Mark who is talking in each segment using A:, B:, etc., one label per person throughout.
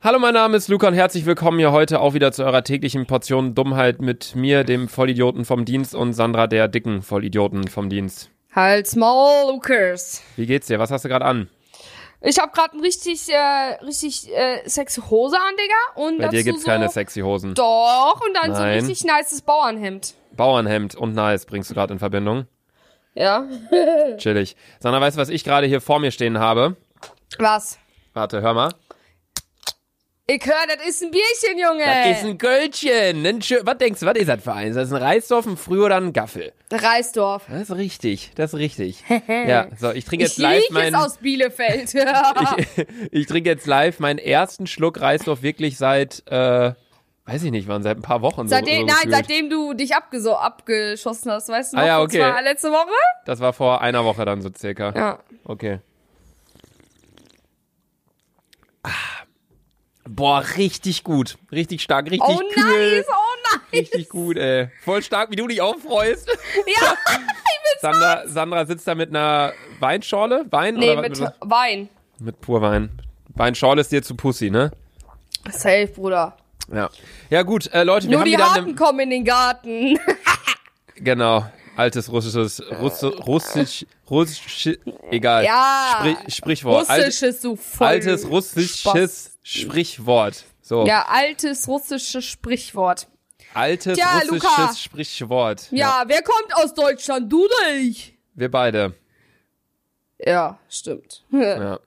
A: Hallo, mein Name ist Luca und herzlich willkommen hier heute auch wieder zu eurer täglichen Portion Dummheit mit mir, dem Vollidioten vom Dienst und Sandra, der dicken Vollidioten vom Dienst.
B: Halt's Maul, Lukas.
A: Wie geht's dir? Was hast du gerade an?
B: Ich habe gerade ein richtig, äh, richtig äh, sexy Hose an, Digga. Und
A: Bei dir
B: dazu
A: gibt's
B: so,
A: keine sexy Hosen.
B: Doch, und dann so ein
A: Nein.
B: richtig nices Bauernhemd.
A: Bauernhemd und nice bringst du gerade in Verbindung.
B: Ja.
A: Chillig. Sandra, weißt du, was ich gerade hier vor mir stehen habe?
B: Was?
A: Warte, hör mal.
B: Ich höre, das ist ein Bierchen, Junge.
A: Das ist ein Kölchen. Ein schö- was denkst du, was ist das für eins? Das ist ein Reisdorf, ein Früh oder ein Gaffel.
B: Reisdorf.
A: Das ist richtig, das ist richtig. ja, so, ich trinke
B: Ich
A: jetzt live
B: lieg
A: meinen...
B: jetzt aus Bielefeld. ich,
A: ich, ich trinke jetzt live meinen ersten Schluck Reisdorf wirklich seit, äh, weiß ich nicht wann, seit ein paar Wochen.
B: seitdem,
A: so, so
B: nein,
A: gefühlt.
B: seitdem du dich abgeso abgeschossen hast, weißt du
A: Ah
B: noch?
A: ja,
B: und
A: okay.
B: zwar letzte Woche?
A: Das war vor einer Woche dann so circa.
B: Ja.
A: Okay. Ah. Boah, richtig gut. Richtig stark, richtig
B: Oh
A: kühl.
B: nice, oh nice.
A: Richtig gut, ey. Voll stark, wie du dich auffreust.
B: Ja.
A: Sandra, Sandra sitzt da mit einer Weinschorle. Wein
B: Nee,
A: oder was-
B: mit Wein.
A: mit Purwein. Weinschorle ist dir zu Pussy, ne?
B: Safe, Bruder.
A: Ja. Ja, gut, äh, Leute, wir
B: Nur
A: haben
B: die
A: wieder eine-
B: Harten kommen in den Garten.
A: Genau. Altes russisches, Russ, russisch, russisch, egal.
B: Äh, Ja.
A: Äh, Sprich, Sprichwort. Alt,
B: Russisches, du voll.
A: altes russisches
B: Spaß.
A: Sprichwort. So.
B: Ja, altes russisches Sprichwort.
A: Altes
B: Tja,
A: russisches
B: Luca.
A: Sprichwort.
B: Ja, wer kommt aus Deutschland? Du nicht.
A: Wir beide.
B: Ja, stimmt.
A: Ja,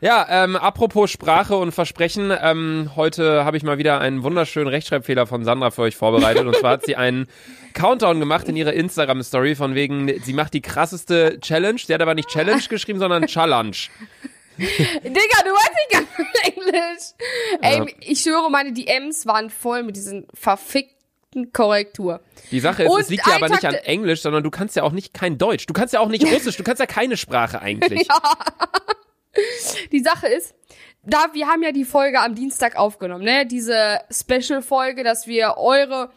A: ja ähm, apropos Sprache und Versprechen, ähm, heute habe ich mal wieder einen wunderschönen Rechtschreibfehler von Sandra für euch vorbereitet. Und zwar hat sie einen Countdown gemacht in ihrer Instagram-Story von wegen, sie macht die krasseste Challenge. Sie hat aber nicht Challenge geschrieben, sondern Challenge.
B: Digga, du weißt nicht ganz Englisch. Ey,
A: Ja.
B: ich höre, meine DMs waren voll mit diesen verfickten Korrektur.
A: Die Sache ist,
B: Und
A: es liegt ja
B: ein
A: aber nicht
B: Takt-
A: an Englisch, sondern du kannst ja auch nicht kein Deutsch. Du kannst ja auch nicht Russisch, du kannst ja keine Sprache eigentlich.
B: Die Sache ist, da wir haben ja die Folge am Dienstag aufgenommen, ne? Diese Special-Folge, dass wir eure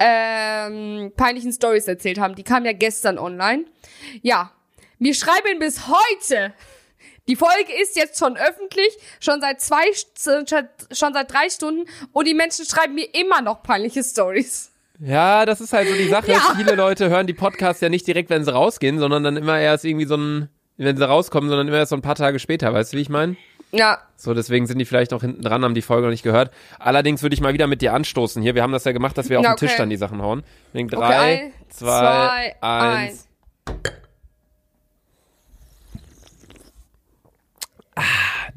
B: ähm, peinlichen Stories erzählt haben. Die kam ja gestern online. Ja, wir schreiben bis heute. Die Folge ist jetzt schon öffentlich, schon seit zwei, St- schon seit drei Stunden und die Menschen schreiben mir immer noch peinliche Stories.
A: Ja, das ist halt so die Sache.
B: Ja.
A: Viele Leute hören die Podcasts ja nicht direkt, wenn sie rausgehen, sondern dann immer erst irgendwie so ein, wenn sie rauskommen, sondern immer erst so ein paar Tage später, weißt du, wie ich meine?
B: Ja,
A: So, deswegen sind die vielleicht noch hinten dran, haben die Folge noch nicht gehört. Allerdings würde ich mal wieder mit dir anstoßen hier. Wir haben das ja gemacht, dass wir auf
B: Na,
A: den Tisch
B: okay.
A: dann die Sachen hauen. Deswegen
B: Okay,
A: drei,
B: ein,
A: zwei,
B: zwei,
A: eins.
B: eins.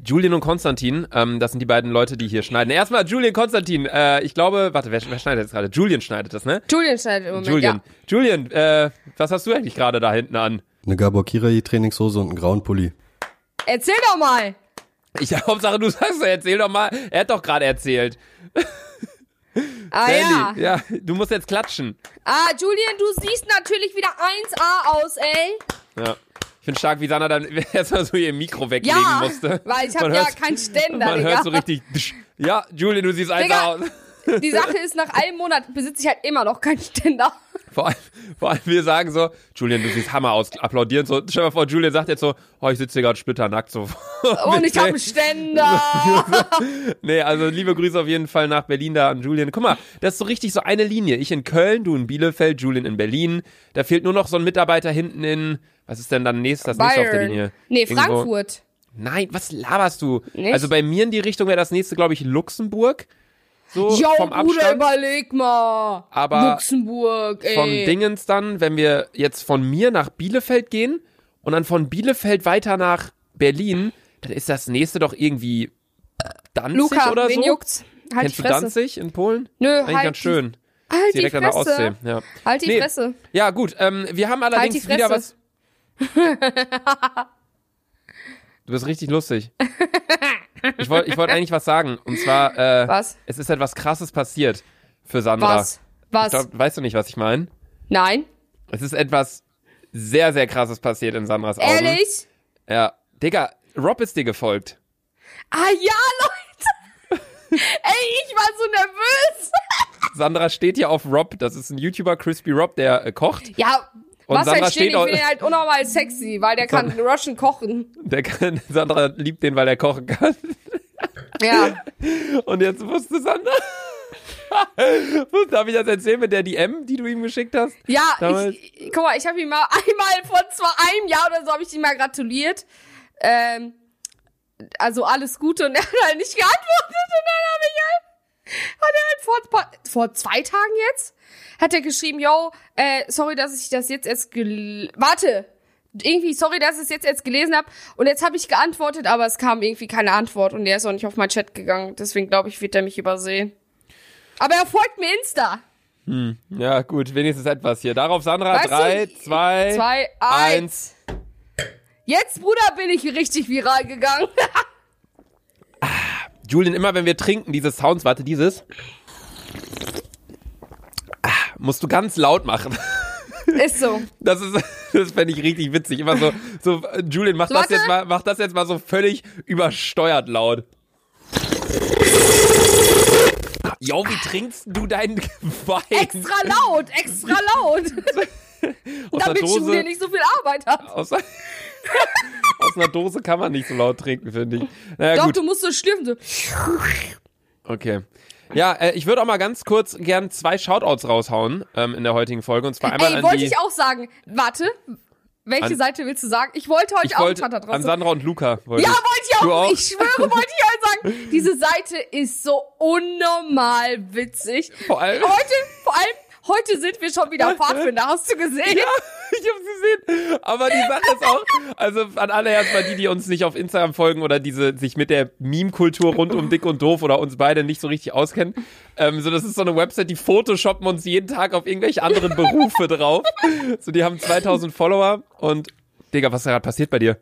A: Julian und Konstantin, ähm, das sind die beiden Leute, die hier schneiden. Erstmal Julian, Konstantin, äh, ich glaube, warte, wer, wer schneidet jetzt gerade? Julian schneidet das, ne?
B: Julian schneidet im Moment.
A: Julian,
B: Ja.
A: Julian, äh, was hast du eigentlich gerade da hinten an?
C: Eine Gabor Kirai Trainingshose und einen grauen Pulli.
B: Erzähl doch mal.
A: Ich Hauptsache, du sagst, erzähl doch mal. Er hat doch gerade erzählt.
B: Ah, ja.
A: Sandy, ja, du musst jetzt klatschen.
B: Ah, Julian, du siehst natürlich wieder 1A aus, ey.
A: Ja. Ich bin stark, wie Sanna dann erstmal so ihr Mikro weglegen
B: Ja,
A: musste.
B: weil ich habe
A: Man
B: ja
A: hört's-
B: keinen Ständer,
A: Man
B: Digga.
A: hört so richtig. dsch. Ja, Julian, du siehst einfach
B: Digga.
A: aus.
B: Die Sache ist, nach einem Monat besitze ich halt immer noch keinen Ständer.
A: Vor allem, vor allem, wir sagen so, Julian, du siehst Hammer aus, applaudieren so. Stell dir mal vor, Julian sagt jetzt so, oh, ich sitze hier gerade splitternackt so. Oh,
B: Und ich habe einen Ständer.
A: Nee, also liebe Grüße auf jeden Fall nach Berlin da an Julian. Guck mal, das ist so richtig so eine Linie. Ich in Köln, du in Bielefeld, Julian in Berlin. Da fehlt nur noch so ein Mitarbeiter hinten in, was ist denn dann nächst, das nächste auf der Linie?
B: Nee,
A: Irgendwo-
B: Frankfurt.
A: Nein, was laberst du?
B: Nicht?
A: Also bei mir in die Richtung wäre das nächste, glaube ich, Luxemburg. So
B: Jo,
A: vom
B: Bruder,
A: Abstand.
B: überleg mal.
A: Aber
B: Luxemburg, ey.
A: von Dingens dann, wenn wir jetzt von mir nach Bielefeld gehen und dann von Bielefeld weiter nach Berlin, dann ist das nächste doch irgendwie Danzig
B: Luca,
A: oder
B: wen
A: so.
B: juckt's? Halt
A: Kennst
B: die
A: du
B: Fresse.
A: Danzig in Polen?
B: Nö,
A: Eigentlich
B: halt
A: ganz
B: die-
A: schön.
B: Halt die
A: Direkt an der Ostsee.
B: Fresse.
A: Ja.
B: Halt die
A: Nee.
B: Fresse.
A: Ja, gut. Ähm, wir haben allerdings
B: die
A: wieder was.
B: Fresse.
A: Du bist richtig lustig. Ich wollte ich wollt eigentlich was sagen. Und zwar, äh,
B: Was?
A: es ist etwas Krasses passiert für Sandra.
B: Was? Was?
A: Ich glaub, weißt du nicht, was ich meine?
B: Nein?
A: Es ist etwas sehr, sehr Krasses passiert in Sandras Augen.
B: Ehrlich?
A: Ja. Digga, Rob ist dir gefolgt.
B: Ah ja, Leute. ey, ich war so nervös.
A: Sandra steht hier auf Rob. Das ist ein YouTuber, Crispy Rob, der äh, kocht.
B: Ja,
A: Und
B: was
A: Sandra steht
B: halt steht, ich
A: auch-
B: finde ihn halt unnormal sexy, weil der kann Russian kochen.
A: Der kann, Sandra liebt den, weil er kochen kann.
B: Ja.
A: Und jetzt wusste Sander. Darf ich das erzählen mit der DM, die du ihm geschickt hast?
B: Ja,
A: Damals-
B: ich, ich- guck mal, ich habe ihm mal einmal vor zwar einem Jahr oder so habe ich ihm mal gratuliert. Ähm, also alles Gute und er hat halt nicht geantwortet und dann habe ich halt, hat er halt vor, ein paar- vor zwei Tagen jetzt, hat er geschrieben, yo, äh, sorry, dass ich das jetzt erst gel warte, irgendwie sorry, dass ich es jetzt erst gelesen habe und jetzt habe ich geantwortet, aber es kam irgendwie keine Antwort und er ist auch nicht auf mein Chat gegangen, deswegen glaube ich, wird er mich übersehen. Aber er folgt mir Insta.
A: Ja, gut, wenigstens etwas hier. Darauf Sandra,
B: Weißt
A: drei,
B: du,
A: zwei,
B: zwei,
A: eins.
B: Jetzt, Bruder, bin ich richtig viral gegangen.
A: Julian, immer wenn wir trinken, diese Sounds, warte, dieses. Ah, Musst du ganz laut machen.
B: Ist so.
A: Das ist, das fände ich richtig witzig. Immer so, so äh, Julian, mach das
B: Warte.
A: jetzt mal, mach das jetzt mal so völlig übersteuert laut. Jo, wie trinkst du deinen Wein
B: Extra laut, extra laut.
A: aus einer
B: Damit Julia
A: Dose?
B: nicht so viel Arbeit hat.
A: Aus, aus einer Dose kann man nicht so laut trinken, finde ich. Naja,
B: Doch,
A: gut.
B: du musst so schlürfen. So.
A: Okay. Ja, äh, ich würde auch mal ganz kurz gern zwei Shoutouts raushauen ähm, in der heutigen Folge. Und zwar einmal
B: Ey,
A: an
B: wollte
A: die,
B: ich auch sagen. Warte. Welche
A: An-
B: Seite willst du sagen? Ich wollte euch
A: ich
B: auch
A: wollte,
B: Tata
A: an
B: draus.
A: Sandra und Luca. Wollte
B: Ja,
A: ich.
B: wollte ich
A: Du
B: auch.
A: auch?
B: Ich schwöre, wollte ich auch sagen. Diese Seite ist so unnormal witzig.
A: Vor allem-
B: Heute, vor allem, heute sind wir schon wieder Pfadfinder. Hast du gesehen?
A: Ich hab's gesehen. Aber die Sache ist auch, also an alle erstmal die, die uns nicht auf Instagram folgen oder diese sich mit der Meme-Kultur rund um dick und doof oder uns beide nicht so richtig auskennen. Ähm, so, das ist so eine Website, die photoshoppen uns jeden Tag auf irgendwelche anderen Berufe drauf. So, die haben 2000 Follower und Digga, was ist da gerade passiert bei dir?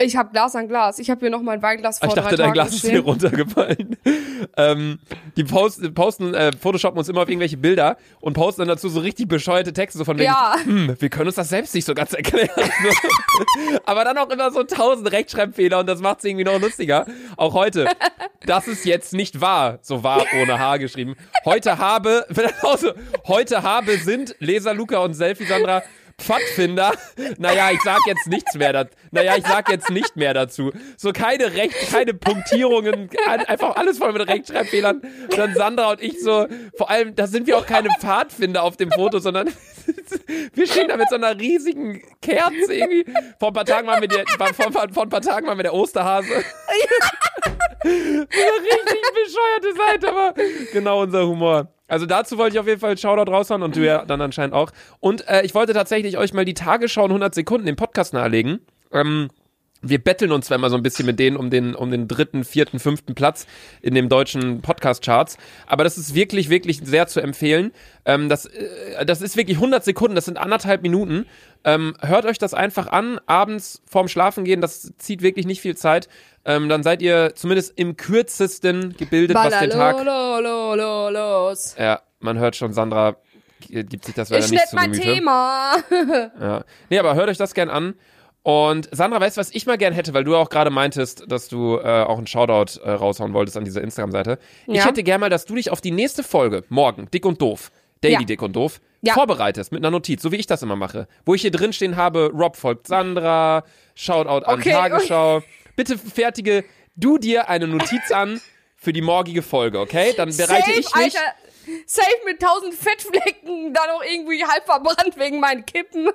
A: Ah,
B: Ich habe Glas an Glas. Ich habe hier noch mein Weinglas vor
A: Ich
B: drei
A: dachte, dein
B: Tagen
A: Glas ist
B: stehen.
A: hier runtergefallen. ähm, die posten, posten äh, photoshoppen uns immer auf irgendwelche Bilder und posten dann dazu so richtig bescheuerte Texte, so von wegen,
B: Ja.
A: hm, wir können uns das selbst nicht so ganz erklären. So. Aber dann auch immer so tausend Rechtschreibfehler und das macht es irgendwie noch lustiger. Auch heute. Das ist jetzt nicht wahr, so wahr ohne H geschrieben. Heute habe, also, heute habe sind Leser Luca und Selfie Sandra Pfadfinder. Naja, ich sag jetzt nichts mehr dazu. Naja, ich sag jetzt nicht mehr dazu. So keine Recht, keine Punktierungen, ein- einfach alles voll mit Rechtschreibfehlern. Und dann Sandra und ich so, vor allem, da sind wir auch keine Pfadfinder auf dem Foto, sondern wir stehen da mit so einer riesigen Kerze irgendwie. Vor ein paar Tagen waren wir der, vor, vor, vor ein paar Tagen waren wir der Osterhase eine richtig bescheuerte Seite, aber genau unser Humor. Also dazu wollte ich auf jeden Fall einen Shoutout raushauen und du ja dann anscheinend auch. Und äh, ich wollte tatsächlich euch mal die Tagesschau in 100 Sekunden im Podcast nahelegen. Ähm, wir betteln uns zwar immer so ein bisschen mit denen um den, um den dritten, vierten, fünften Platz in dem deutschen Podcast-Charts. Aber das ist wirklich, wirklich sehr zu empfehlen. Ähm, das, äh, das ist wirklich 100 Sekunden, das sind anderthalb Minuten. Ähm, hört euch das einfach an, abends vorm Schlafen gehen, das zieht wirklich nicht viel Zeit. Ähm, dann seid ihr zumindest im kürzesten gebildet, was den Tag...
B: Ballalolololos.
A: Ja, man hört schon, Sandra äh, gibt sich das leider
B: Ich
A: nicht
B: nett
A: zu
B: mein
A: Gemüte.
B: Thema.
A: Ja. Nee, aber hört euch das gern an. Und Sandra, weißt du, was ich mal gern hätte, weil du ja auch gerade meintest, dass du äh, auch einen Shoutout äh, raushauen wolltest an dieser Instagram-Seite. Ich
B: Ja.
A: hätte gern mal, dass du dich auf die nächste Folge, morgen, dick und doof, Daily
B: Ja.
A: Dick und doof,
B: Ja.
A: vorbereitest mit einer Notiz, so wie ich das immer mache. Wo ich hier drin stehen habe, Rob folgt Sandra, Shoutout an
B: Okay.
A: Tagesschau. Bitte fertige du dir eine Notiz an für die morgige Folge, okay? Dann bereite
B: safe,
A: ich mich.
B: Alter. Safe mit tausend Fettflecken, dann auch irgendwie halb verbrannt wegen meinen Kippen.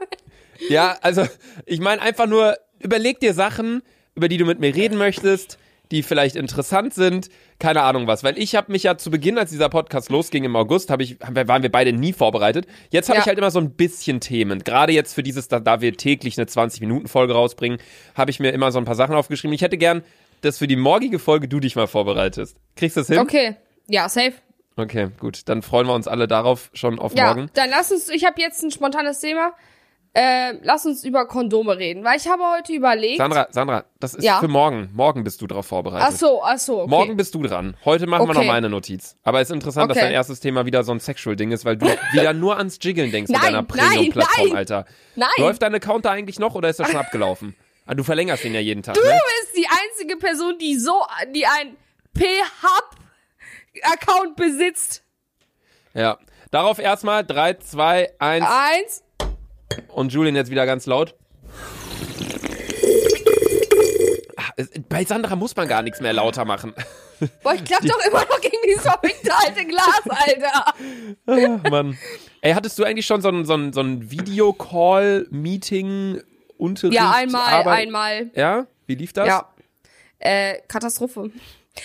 A: Ja, also ich meine einfach nur, überleg dir Sachen, über die du mit mir reden möchtest, die vielleicht interessant sind, keine Ahnung was. Weil ich habe mich ja zu Beginn, als dieser Podcast losging im August, hab ich, haben wir- waren wir beide nie vorbereitet. Jetzt habe
B: Ja.
A: ich halt immer so ein bisschen Themen. Gerade jetzt für dieses, da, da wir täglich eine 20-Minuten-Folge rausbringen, habe ich mir immer so ein paar Sachen aufgeschrieben. Ich hätte gern, dass für die morgige Folge du dich mal vorbereitest. Kriegst du das hin?
B: Okay. Ja, safe.
A: Okay, gut. Dann freuen wir uns alle darauf schon auf
B: Ja,
A: morgen.
B: dann lass uns, ich habe jetzt ein spontanes Thema. Ähm, lass uns über Kondome reden, weil ich habe heute überlegt.
A: Sandra, Sandra, das ist
B: Ja.
A: für morgen. Morgen bist du darauf vorbereitet.
B: ach so, ach so. Okay.
A: Morgen bist du dran. Heute machen wir noch
B: Okay.
A: meine Notiz. Aber es ist interessant, dass
B: Okay.
A: dein erstes Thema wieder so ein Sexual-Ding ist, weil du wieder nur ans Jiggeln denkst mit
B: Nein,
A: deiner
B: nein,
A: Premium-Plattform,
B: nein.
A: Alter.
B: Nein.
A: Läuft dein Account da eigentlich noch oder ist das schon abgelaufen? Ah, Du verlängerst ihn ja jeden Tag,
B: Du
A: ne?
B: bist die einzige Person, die so, die ein P-Hub-Account besitzt.
A: Ja. Darauf erstmal drei, zwei, eins
B: Ah. Eins.
A: und Julian jetzt wieder ganz laut. Ah, es- Bei Sandra muss man gar nichts mehr lauter machen.
B: Boah, ich klapp doch immer noch gegen dieses verfickte alte Glas, Alter.
A: Ach, Mann. Ey, hattest du eigentlich schon so ein, so ein, so ein Videocall-Meeting, Unterricht?
B: Ja, einmal,
A: Arbeit?
B: einmal.
A: Ja? Wie lief das?
B: Ja. Äh, Katastrophe.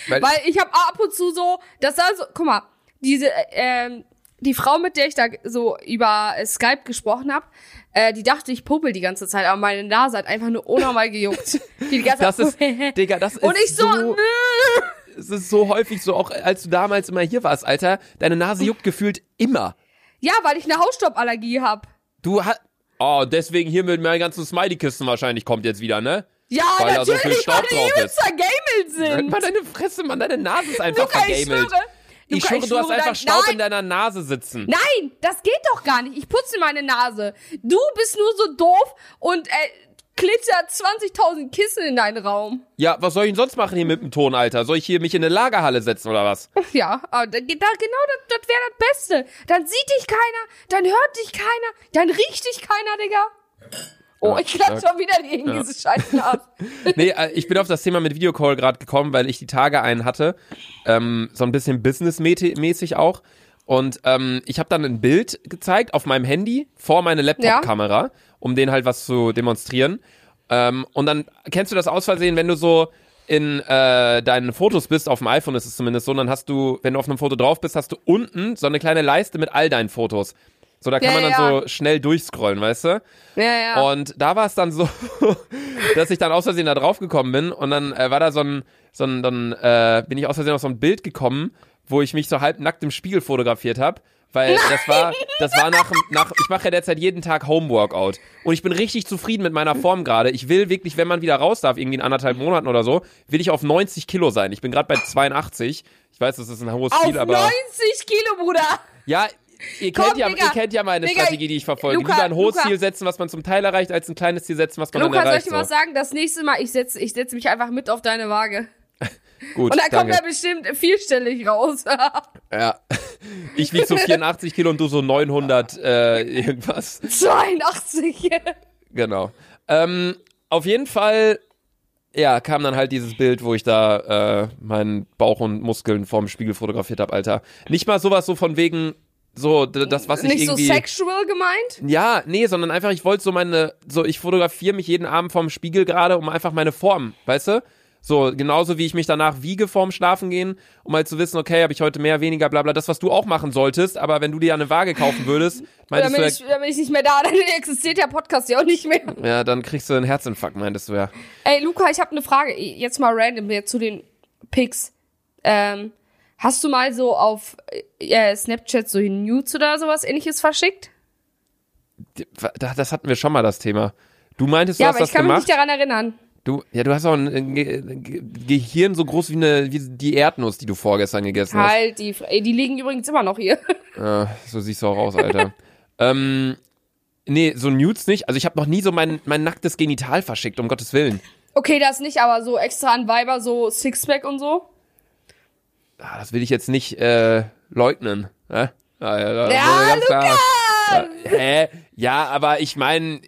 A: Weil,
B: Weil ich habe ab und zu so, das war so, guck mal, diese, ähm, die Frau, mit der ich da so über äh, Skype gesprochen habe, äh, die dachte, ich puppel die ganze Zeit, aber meine Nase hat einfach nur unnormal gejuckt. Die, die ganze
A: das
B: Zeit-
A: ist, Digga, das ist
B: und ich so,
A: so es ist so häufig so, auch als du damals immer hier warst, Alter, deine Nase juckt gefühlt immer.
B: ja, weil ich eine Hausstauballergie habe.
A: Du hast. Oh, deswegen hier mit meinen ganzen Smiley-Kisten wahrscheinlich kommt jetzt wieder, ne?
B: Ja,
A: Weil da so viel
B: natürlich,
A: Staub
B: weil die
A: drauf ist.
B: übelst vergamelt
A: Halt
B: sind.
A: mal deine Fresse, Mann, deine Nase ist einfach
B: Luca, ich schwöre.
A: vergamelt.
B: Luca,
A: ich schwöre, du hast
B: dein-
A: einfach Staub
B: Nein,
A: in deiner Nase sitzen.
B: Nein, das geht doch gar nicht. Ich putze meine Nase. Du bist nur so doof und äh, klittert 20.000 Kissen in deinen Raum.
A: Ja, was soll ich denn sonst machen hier mit dem Ton, Alter? Soll ich hier mich in eine Lagerhalle setzen oder was?
B: Ja, aber da, da, genau das, das wäre das Beste. Dann sieht dich keiner, dann hört dich keiner, dann riecht dich keiner, Digga. Oh,
A: Ja,
B: ich klatsch
A: stark.
B: schon wieder gegen diese Scheiße ab.
A: Nee, äh, ich bin auf das Thema mit Videocall gerade gekommen, weil ich die Tage einen hatte, ähm, so ein bisschen businessmäßig auch. Und ähm, ich habe dann ein Bild gezeigt auf meinem Handy vor meine Laptop-Kamera, um denen halt was zu demonstrieren. Ähm, und dann kennst du das aus Versehen, wenn du so in äh, deinen Fotos bist, auf dem iPhone ist es zumindest so, und dann hast du, wenn du auf einem Foto drauf bist, hast du unten so eine kleine Leiste mit all deinen Fotos. So, da kann
B: Ja,
A: man
B: ja,
A: dann
B: ja.
A: so schnell durchscrollen, weißt du?
B: Ja, ja.
A: Und da war es dann so, dass ich dann aus Versehen da drauf gekommen bin und dann äh, war da so ein, so ein dann äh, bin ich aus Versehen auf so ein Bild gekommen, wo ich mich so halb nackt im Spiegel fotografiert habe. Weil das war, das war nach, dem- nach ich mache ja derzeit jeden Tag Homeworkout. Und ich bin richtig zufrieden mit meiner Form gerade. Ich will wirklich, wenn man wieder raus darf, irgendwie in anderthalb Monaten oder so, will ich auf 90 Kilo sein. Ich bin gerade bei 82. Ich weiß, das ist ein hohes
B: Auf
A: Ziel, aber.
B: 90 Kilo, Bruder.
A: Ja, ihr kennt,
B: Komm,
A: ja,
B: Digga.
A: ihr kennt ja meine
B: Digga,
A: Strategie, die ich verfolge.
B: Luca,
A: Lieber ein hohes
B: Luca.
A: Ziel setzen, was man zum Teil erreicht, als ein kleines Ziel setzen, was man
B: Lukas,
A: dann
B: soll ich
A: erreicht.
B: dir was sagen? Das nächste Mal, ich setze ich setz mich einfach mit auf deine Waage.
A: so. Gut,
B: Und dann kommt
A: danke.
B: er bestimmt vierstellig raus.
A: ja. Ich wiege so 84 Kilo und du so 900 äh, irgendwas.
B: 82.
A: Genau. Ähm, auf jeden Fall, ja, kam dann halt dieses Bild, wo ich da äh, meinen Bauch und Muskeln vorm Spiegel fotografiert habe, Alter. Nicht mal sowas so von wegen so d- das, was ich
B: Nicht so
A: irgendwie...
B: sexual gemeint?
A: Ja, nee, sondern einfach, ich wollte so meine, so ich fotografiere mich jeden Abend vorm Spiegel gerade, um einfach meine Form, weißt du? So, genauso wie ich mich danach wiege vorm Schlafen gehen, um halt zu wissen, okay, habe ich heute mehr, weniger, bla bla, das, was du auch machen solltest, aber wenn du dir eine Waage kaufen würdest, meintest du,
B: Dann bin,
A: ja,
B: ich, dann bin ich nicht mehr da, dann existiert der Podcast ja auch nicht mehr.
A: ja, dann kriegst du einen Herzinfarkt, meintest du ja.
B: Ey, Luca, ich habe eine Frage. Jetzt mal random hier zu den Pics. Ähm, hast du mal so auf äh, Snapchat so Nudes oder sowas ähnliches verschickt?
A: Da- Das hatten wir schon mal, das Thema. Du meintest, du
B: ja,
A: hast
B: aber
A: das
B: ich kann
A: gemacht.
B: mich nicht daran erinnern.
A: Du, ja, du hast auch ein, ein Ge Ge Gehirn so groß wie, eine, wie die Erdnuss, die du vorgestern gegessen hast.
B: Halt, die, Fre- ey, die liegen übrigens immer noch hier.
A: Ja, so siehst du auch aus, Alter. ähm, nee, so Nudes nicht. Also ich habe noch nie so mein, mein nacktes Genital verschickt, um Gottes Willen.
B: Okay, das nicht, aber so extra an Weiber, so Sixpack und so.
A: Ah, das will ich jetzt nicht äh, leugnen. Hä? Ah, ja,
B: Ja,
A: Lukas! Ja, Äh, hä? Ja, aber ich meine,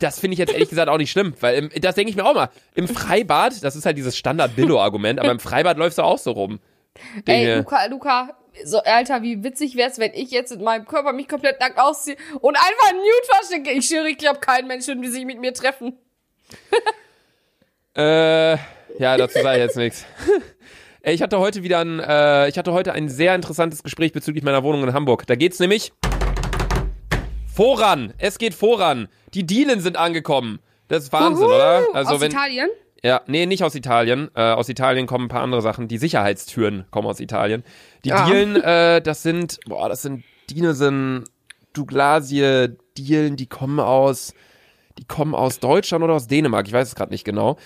A: das finde ich jetzt ehrlich gesagt auch nicht schlimm, weil im, das denke ich mir auch mal. Im Freibad, das ist halt dieses Standard-Billo-Argument, aber im Freibad läufst du auch so rum.
B: Ey,
A: Dinge.
B: Luca, Luca, so, Alter, wie witzig wär's, wenn ich jetzt in meinem Körper mich komplett nackt ausziehe und einfach ein Nude verschicke. Ich schwöre, ich glaube, kein Mensch würde sich mit mir treffen.
A: Äh, ja, dazu sage ich jetzt nichts. Ey, Ich hatte heute wieder ein, äh, ich hatte heute ein sehr interessantes Gespräch bezüglich meiner Wohnung in Hamburg. Da geht's nämlich voran. Es geht voran. Die Dielen sind angekommen. Das ist Wahnsinn,
B: Uhu,
A: oder? Also
B: aus
A: wenn,
B: Italien?
A: ja, nee, nicht aus Italien. Äh, aus Italien kommen ein paar andere Sachen. Die Sicherheitstüren kommen aus Italien. Die
B: Ja.
A: Dielen, äh, das sind, boah, das sind Dinesen, Douglasie, Dielen, die kommen aus, die kommen aus Deutschland oder aus Dänemark. Ich weiß es gerade nicht genau.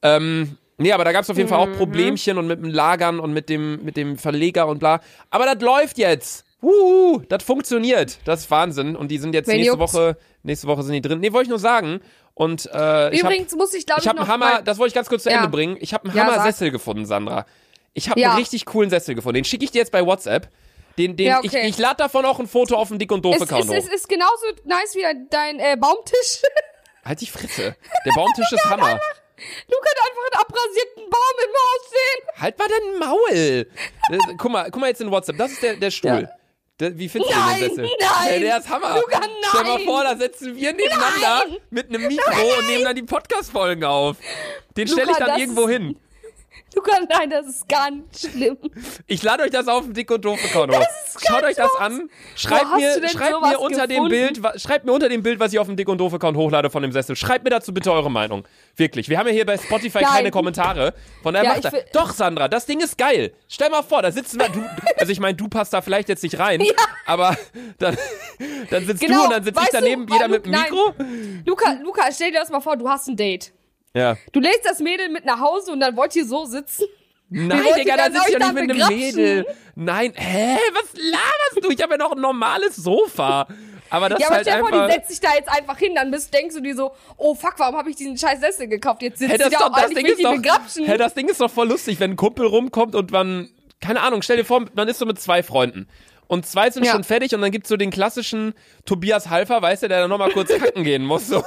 A: Ähm, nee, aber da gab es auf jeden
B: Mhm.
A: Fall auch Problemchen und mit dem Lagern und mit dem, mit dem Verleger und bla. Aber das läuft jetzt. Wuhu, das funktioniert. Das ist Wahnsinn. Und die sind jetzt
B: Wen
A: nächste
B: juckt's?
A: Woche, nächste Woche sind die drin. Nee, wollte ich nur sagen. Und äh, ich hab,
B: Übrigens muss ich, glaube ich,
A: ich habe
B: noch
A: einen Hammer,
B: mal-
A: das wollte ich ganz kurz zu
B: Ja.
A: Ende bringen. Ich habe einen
B: Ja,
A: Hammer-Sessel gefunden, Sandra. Ich habe
B: Ja.
A: einen richtig coolen Sessel gefunden. Den schicke ich dir jetzt bei WhatsApp. Den, den,
B: Ja, okay.
A: Ich, ich lade davon auch ein Foto auf den Dick- und
B: es, es,
A: Doof-Account
B: es
A: hoch. oh.
B: ist genauso nice wie dein äh, Baumtisch.
A: Halt die Fresse. Der Baumtisch ist Hammer.
B: Luca hat einfach einen abrasierten Baum im Haus sehen.
A: Halt mal dein Maul! Das- guck mal, guck mal jetzt in WhatsApp. Das ist der, der Stuhl. Der, wie findest du
B: Nein,
A: den Sessel?
B: nein!
A: Der, der ist Hammer.
B: Luca,
A: Stell mal
B: nein!
A: vor, da setzen wir nebeneinander
B: Nein!
A: mit einem Mikro und nehmen dann die Podcast-Folgen auf. Den
B: Luca,
A: stelle ich dann
B: das
A: irgendwo
B: ist-
A: hin.
B: Luca, nein, das ist ganz schlimm.
A: Ich lade euch das auf dem dick und doof Konto. Schaut euch das an. Schreibt
B: hast du
A: mir,
B: denn
A: schreibt
B: sowas
A: mir unter dem
B: gefunden?
A: Bild, wa- schreibt mir unter dem Bild, was ich auf dem dick und doof Account hochlade von dem Sessel. Schreibt mir dazu bitte eure Meinung. Wirklich. Wir haben ja hier bei Spotify
B: Geil.
A: keine Kommentare. Von daher
B: Ja,
A: macht
B: ich
A: er.
B: will-
A: Doch, Sandra, das Ding ist geil. Stell mal vor, da sitzen wir, du, also ich meine, du passt da vielleicht jetzt nicht rein, aber dann, dann sitzt du
B: Genau,
A: und dann sitze ich
B: weißt du,
A: daneben, jeder
B: Manu,
A: mit dem Mikro.
B: Luca, Luca, stell dir das mal vor, du hast ein Date.
A: Ja.
B: Du lädst das Mädel mit nach Hause und dann wollt ihr so sitzen.
A: Nein,
B: wollt
A: Digga,
B: ihr
A: da
B: denn
A: sitzt
B: euch
A: ja nicht
B: da
A: mit einem
B: begrapschen?
A: Mädel. Nein, hä? Was laberst du? Ich habe ja noch ein normales Sofa. Aber das ist
B: ja, aber
A: halt
B: stell dir vor,
A: einfach.
B: die setzt sich da jetzt einfach hin, dann bist, denkst du dir so, oh fuck, warum habe ich diesen scheiß Sessel gekauft? Jetzt sitzt
A: Hä, das,
B: sie da
A: ist doch,
B: und
A: das,
B: eigentlich
A: Ding
B: will ich
A: ist
B: die
A: doch,
B: begrapschen.
A: hä, das Ding ist doch voll lustig, wenn ein Kumpel rumkommt und man, keine Ahnung, stell dir vor, man ist so mit zwei Freunden. Und zwei sind
B: Ja.
A: schon fertig und dann gibt's so den klassischen Tobias Halfer, weißt du, der dann nochmal kurz kacken gehen muss. So.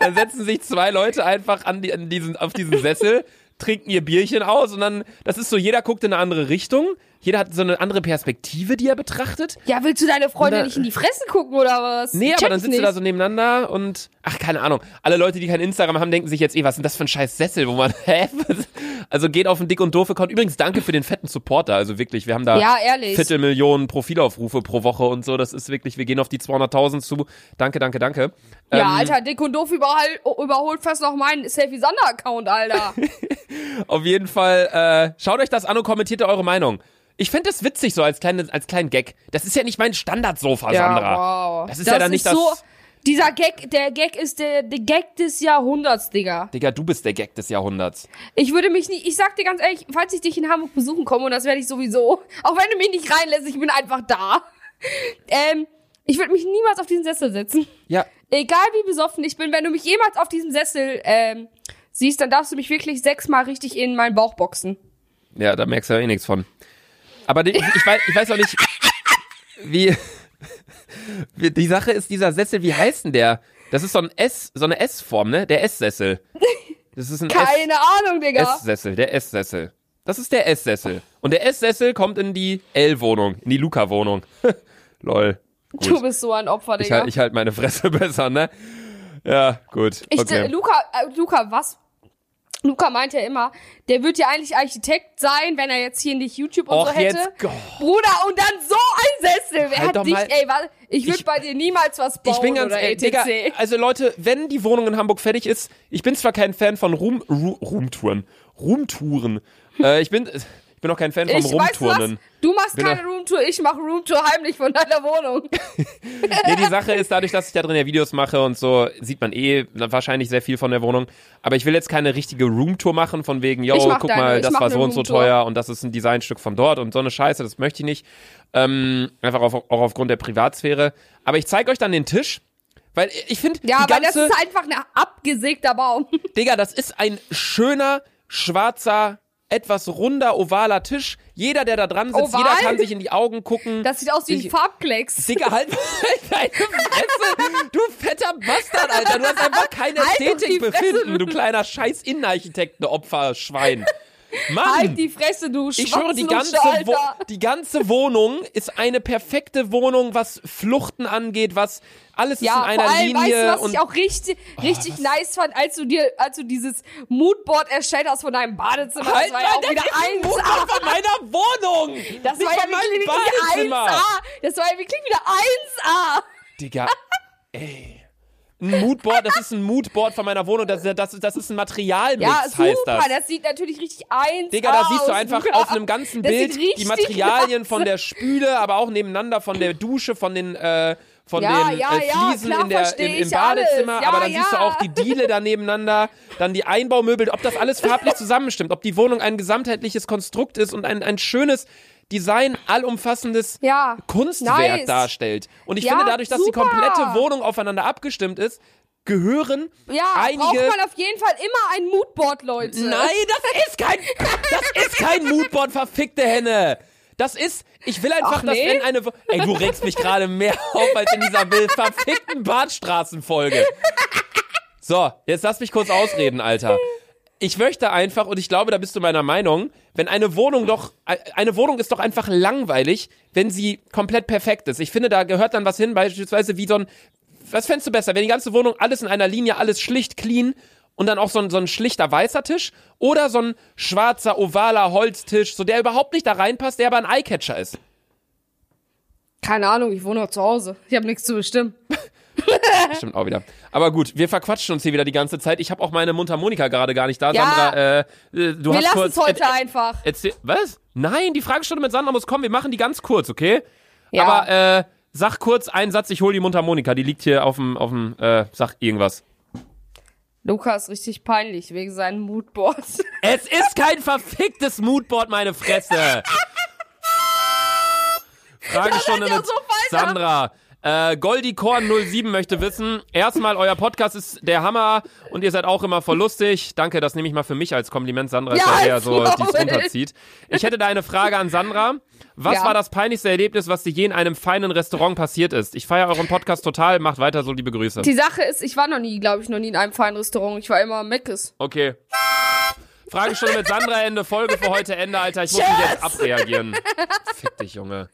A: dann setzen sich zwei Leute einfach an, die, an diesen, auf diesen Sessel, trinken ihr Bierchen aus und dann, das ist so, jeder guckt in eine andere Richtung, jeder hat so eine andere Perspektive, die er betrachtet.
B: ja, willst du deine Freundin
A: Da-
B: nicht in die Fresse gucken oder was?
A: Nee,
B: Check
A: aber dann
B: ich
A: sitzt du
B: nicht.
A: da so nebeneinander und ach, keine Ahnung. Alle Leute, die kein Instagram haben, denken sich jetzt eh, was ist denn das für ein scheiß Sessel, wo man hä? was? Also geht auf den dick und doof Account. Übrigens, danke für den fetten Support da. Also wirklich, wir haben da
B: Ja, ehrlich.
A: Viertelmillionen Profilaufrufe pro Woche und so. Das ist wirklich, wir gehen auf die 200.000 zu. Danke, danke, danke.
B: Ja,
A: ähm,
B: Alter, dick und doof überhol überholt fast noch meinen Selfie-Sander-Account, Alter.
A: Auf jeden Fall, äh, schaut euch das an und kommentiert da eure Meinung. Ich fände das witzig, so als, kleine, als kleinen Gag. Das ist ja nicht mein Standardsofa, Sandra. Das ist ja dann nicht
B: so,
A: das.
B: Dieser Gag, der Gag ist der, der Gag des Jahrhunderts, Digga.
A: Digga, du bist der Gag des Jahrhunderts.
B: Ich würde mich nicht, ich sag dir ganz ehrlich, falls ich dich in Hamburg besuchen komme, und das werde ich sowieso, auch wenn du mich nicht reinlässt, ich bin einfach da. Ähm, ich würde mich niemals auf diesen Sessel setzen.
A: Ja,
B: Egal wie besoffen ich bin, wenn du mich jemals auf diesem Sessel ähm, siehst, dann darfst du mich wirklich sechsmal richtig in meinen Bauch boxen.
A: Ja, da merkst du ja eh nichts von. Aber die, ich, ich, weiß, ich weiß auch nicht, wie, wie. Die Sache ist, dieser Sessel, wie heißt denn der? Das ist so ein S, so eine S-Form, ne? Der S-Sessel. Das ist ein
B: Keine Ahnung, Digga.
A: S-Sessel, der S-Sessel. Das ist der S-Sessel. Und der S-Sessel kommt in die L-Wohnung, in die Luca-Wohnung. Lol. Gut.
B: Du bist so ein Opfer,
A: ich,
B: Digga.
A: halt, ich halt meine Fresse besser, ne? Ja, gut.
B: Ich,
A: okay.
B: Luca, äh, Luca, was? Luca meint ja immer, der wird ja eigentlich Architekt sein, wenn er jetzt hier nicht YouTube und so
A: Och,
B: hätte.
A: jetzt. Oh.
B: Bruder, und dann so ein Sessel. Wer
A: Halt doch
B: hat dich,
A: mal-
B: ey, was, ich würde
A: Ich-
B: bei dir niemals was bauen
A: ich bin ganz
B: oder
A: ehrlich,
B: etc.
A: Digga, also Leute, wenn die Wohnung in Hamburg fertig ist, ich bin zwar kein Fan von Room, Ru- Roomtouren, Roomtouren. Äh, ich bin ich bin auch kein Fan von
B: ich weiß was,
A: Roomturnen.
B: du machst
A: Bin
B: keine
A: doch-
B: Roomtour, ich mache Roomtour heimlich von deiner Wohnung.
A: Nee, die Sache ist, dadurch, dass ich da drin ja Videos mache und so, sieht man eh wahrscheinlich sehr viel von der Wohnung. Aber ich will jetzt keine richtige Roomtour machen, von wegen, yo,
B: Ich mach
A: guck
B: deine,
A: mal,
B: ich
A: das
B: mach
A: war
B: ne
A: so und so
B: Roomtour.
A: teuer und das ist ein Designstück von dort und so eine Scheiße, das möchte ich nicht. Ähm, einfach auf, auch aufgrund der Privatsphäre. Aber ich zeige euch dann den Tisch. Weil ich finde,
B: Ja,
A: die
B: aber
A: ganze,
B: das ist einfach ein abgesägter Baum.
A: Digga, das ist ein schöner, schwarzer, etwas runder, ovaler Tisch. Jeder, der da dran sitzt,
B: Oval?
A: jeder kann sich in die Augen gucken.
B: Das sieht aus wie ein
A: Ich-
B: Farbklecks.
A: Digga, halt mal deine Fresse. Du fetter Bastard, Alter. Du hast einfach kein
B: Halt doch die
A: Ästhetikbefinden,
B: Fresse.
A: du kleiner scheiß Innenarchitekten-Opferschwein. Mann!
B: Halt die Fresse, du
A: Ich schwöre, die ganze, Wo
B: Alter.
A: die ganze Wohnung ist eine perfekte Wohnung, was Fluchten angeht, was alles ist in
B: Ja,
A: einer
B: vor allem,
A: Linie.
B: weißt du, was
A: und Oh,
B: ich auch richtig, richtig nice fand, als du dir, als du dieses Moodboard erstellt hast von deinem Badezimmer.
A: Halt
B: das war
A: mal
B: ja auch
A: dein
B: wieder
A: Mund
B: eins.
A: auf von meiner Wohnung!
B: Das
A: Nicht
B: war ja
A: von meinem
B: wirklich wieder
A: Badezimmer.
B: 1A. Das war ja wirklich wieder 1A.
A: Digga, ey. Ein Moodboard, das ist ein Moodboard von meiner Wohnung. Das, das, das ist ein Materialmix,
B: Ja,
A: heißt
B: super.
A: das.
B: Das. sieht natürlich richtig 1A
A: Digga, da siehst
B: aus,
A: du einfach
B: Bruder.
A: auf einem ganzen
B: Das
A: Bild
B: sieht
A: die
B: richtig
A: Materialien
B: nice
A: von der Spüle, aber auch nebeneinander von der Dusche, von den äh, von
B: Ja,
A: den
B: ja,
A: äh,
B: ja,
A: Fliesen
B: klar,
A: in der,
B: versteh
A: im, im
B: ich alles.
A: Badezimmer,
B: Ja,
A: aber dann siehst du
B: ja.
A: auch die Diele da nebeneinander, dann die Einbaumöbel, ob das alles farblich zusammenstimmt, ob die Wohnung ein gesamtheitliches Konstrukt ist und ein, ein schönes Design, allumfassendes
B: Ja.
A: Kunstwerk
B: Nice.
A: darstellt. Und ich
B: Ja,
A: finde, dadurch, dass die
B: super.
A: komplette Wohnung aufeinander abgestimmt ist, gehören
B: Ja, braucht
A: einige
B: man auf jeden Fall immer ein Moodboard, Leute.
A: Nein, das ist kein, das ist kein Moodboard, verfickte Henne. Das ist, ich will einfach,
B: Ach,
A: dass
B: nee?
A: wenn eine, Wo- ey, du regst mich gerade mehr auf als in dieser will- verfickten Badstraßenfolge. So, jetzt lass mich kurz ausreden, Alter. Ich möchte einfach, und ich glaube, da bist du meiner Meinung, wenn eine Wohnung doch, äh, eine Wohnung ist doch einfach langweilig, wenn sie komplett perfekt ist. Ich finde, da gehört dann was hin, beispielsweise wie so ein, was fändest du besser, wenn die ganze Wohnung alles in einer Linie, alles schlicht, clean und dann auch so ein, so ein schlichter weißer Tisch oder so ein schwarzer, ovaler Holztisch, so der überhaupt nicht da reinpasst, der aber ein Eyecatcher ist.
B: Keine Ahnung, ich wohne noch zu Hause. Ich habe nichts zu bestimmen.
A: Stimmt auch wieder. Aber gut, wir verquatschen uns hier wieder die ganze Zeit. Ich habe auch meine Mundharmonika gerade gar nicht da.
B: Ja.
A: Sandra, äh, äh, du
B: Wir
A: hast
B: lassen
A: kurz,
B: es heute
A: äh, äh,
B: einfach.
A: Erzähl, was? Nein, die Fragestunde mit Sandra muss kommen. Wir machen die ganz kurz, okay?
B: Ja.
A: Aber äh, sag kurz einen Satz. Ich hole die Mundharmonika. Die liegt hier auf dem, auf dem. Äh, sag irgendwas.
B: Luca ist richtig peinlich wegen seinen Moodboards.
A: Es ist kein verficktes Moodboard, meine Fresse. Fragestunde
B: Das hat ja
A: mit
B: so weiter.
A: Sandra. Äh, Goldikorn 07 möchte wissen, erstmal, euer Podcast ist der Hammer und ihr seid auch immer voll lustig. Danke, das nehme ich mal für mich als Kompliment. Sandra ist
B: Ja,
A: ja eher
B: als
A: so, die es
B: Maul.
A: runterzieht. Ich hätte da eine Frage an Sandra. Was
B: Ja.
A: war das peinlichste Erlebnis, was dir je in einem feinen Restaurant passiert ist? Ich feiere euren Podcast total, macht weiter so, liebe Grüße.
B: Die Sache ist, ich war noch nie, glaube ich, noch nie in einem feinen Restaurant. Ich war immer im Meckes.
A: Okay. Fragestunde mit Sandra Ende, Folge für heute Ende, Alter. Ich muss mich jetzt abreagieren. Fick dich, Junge.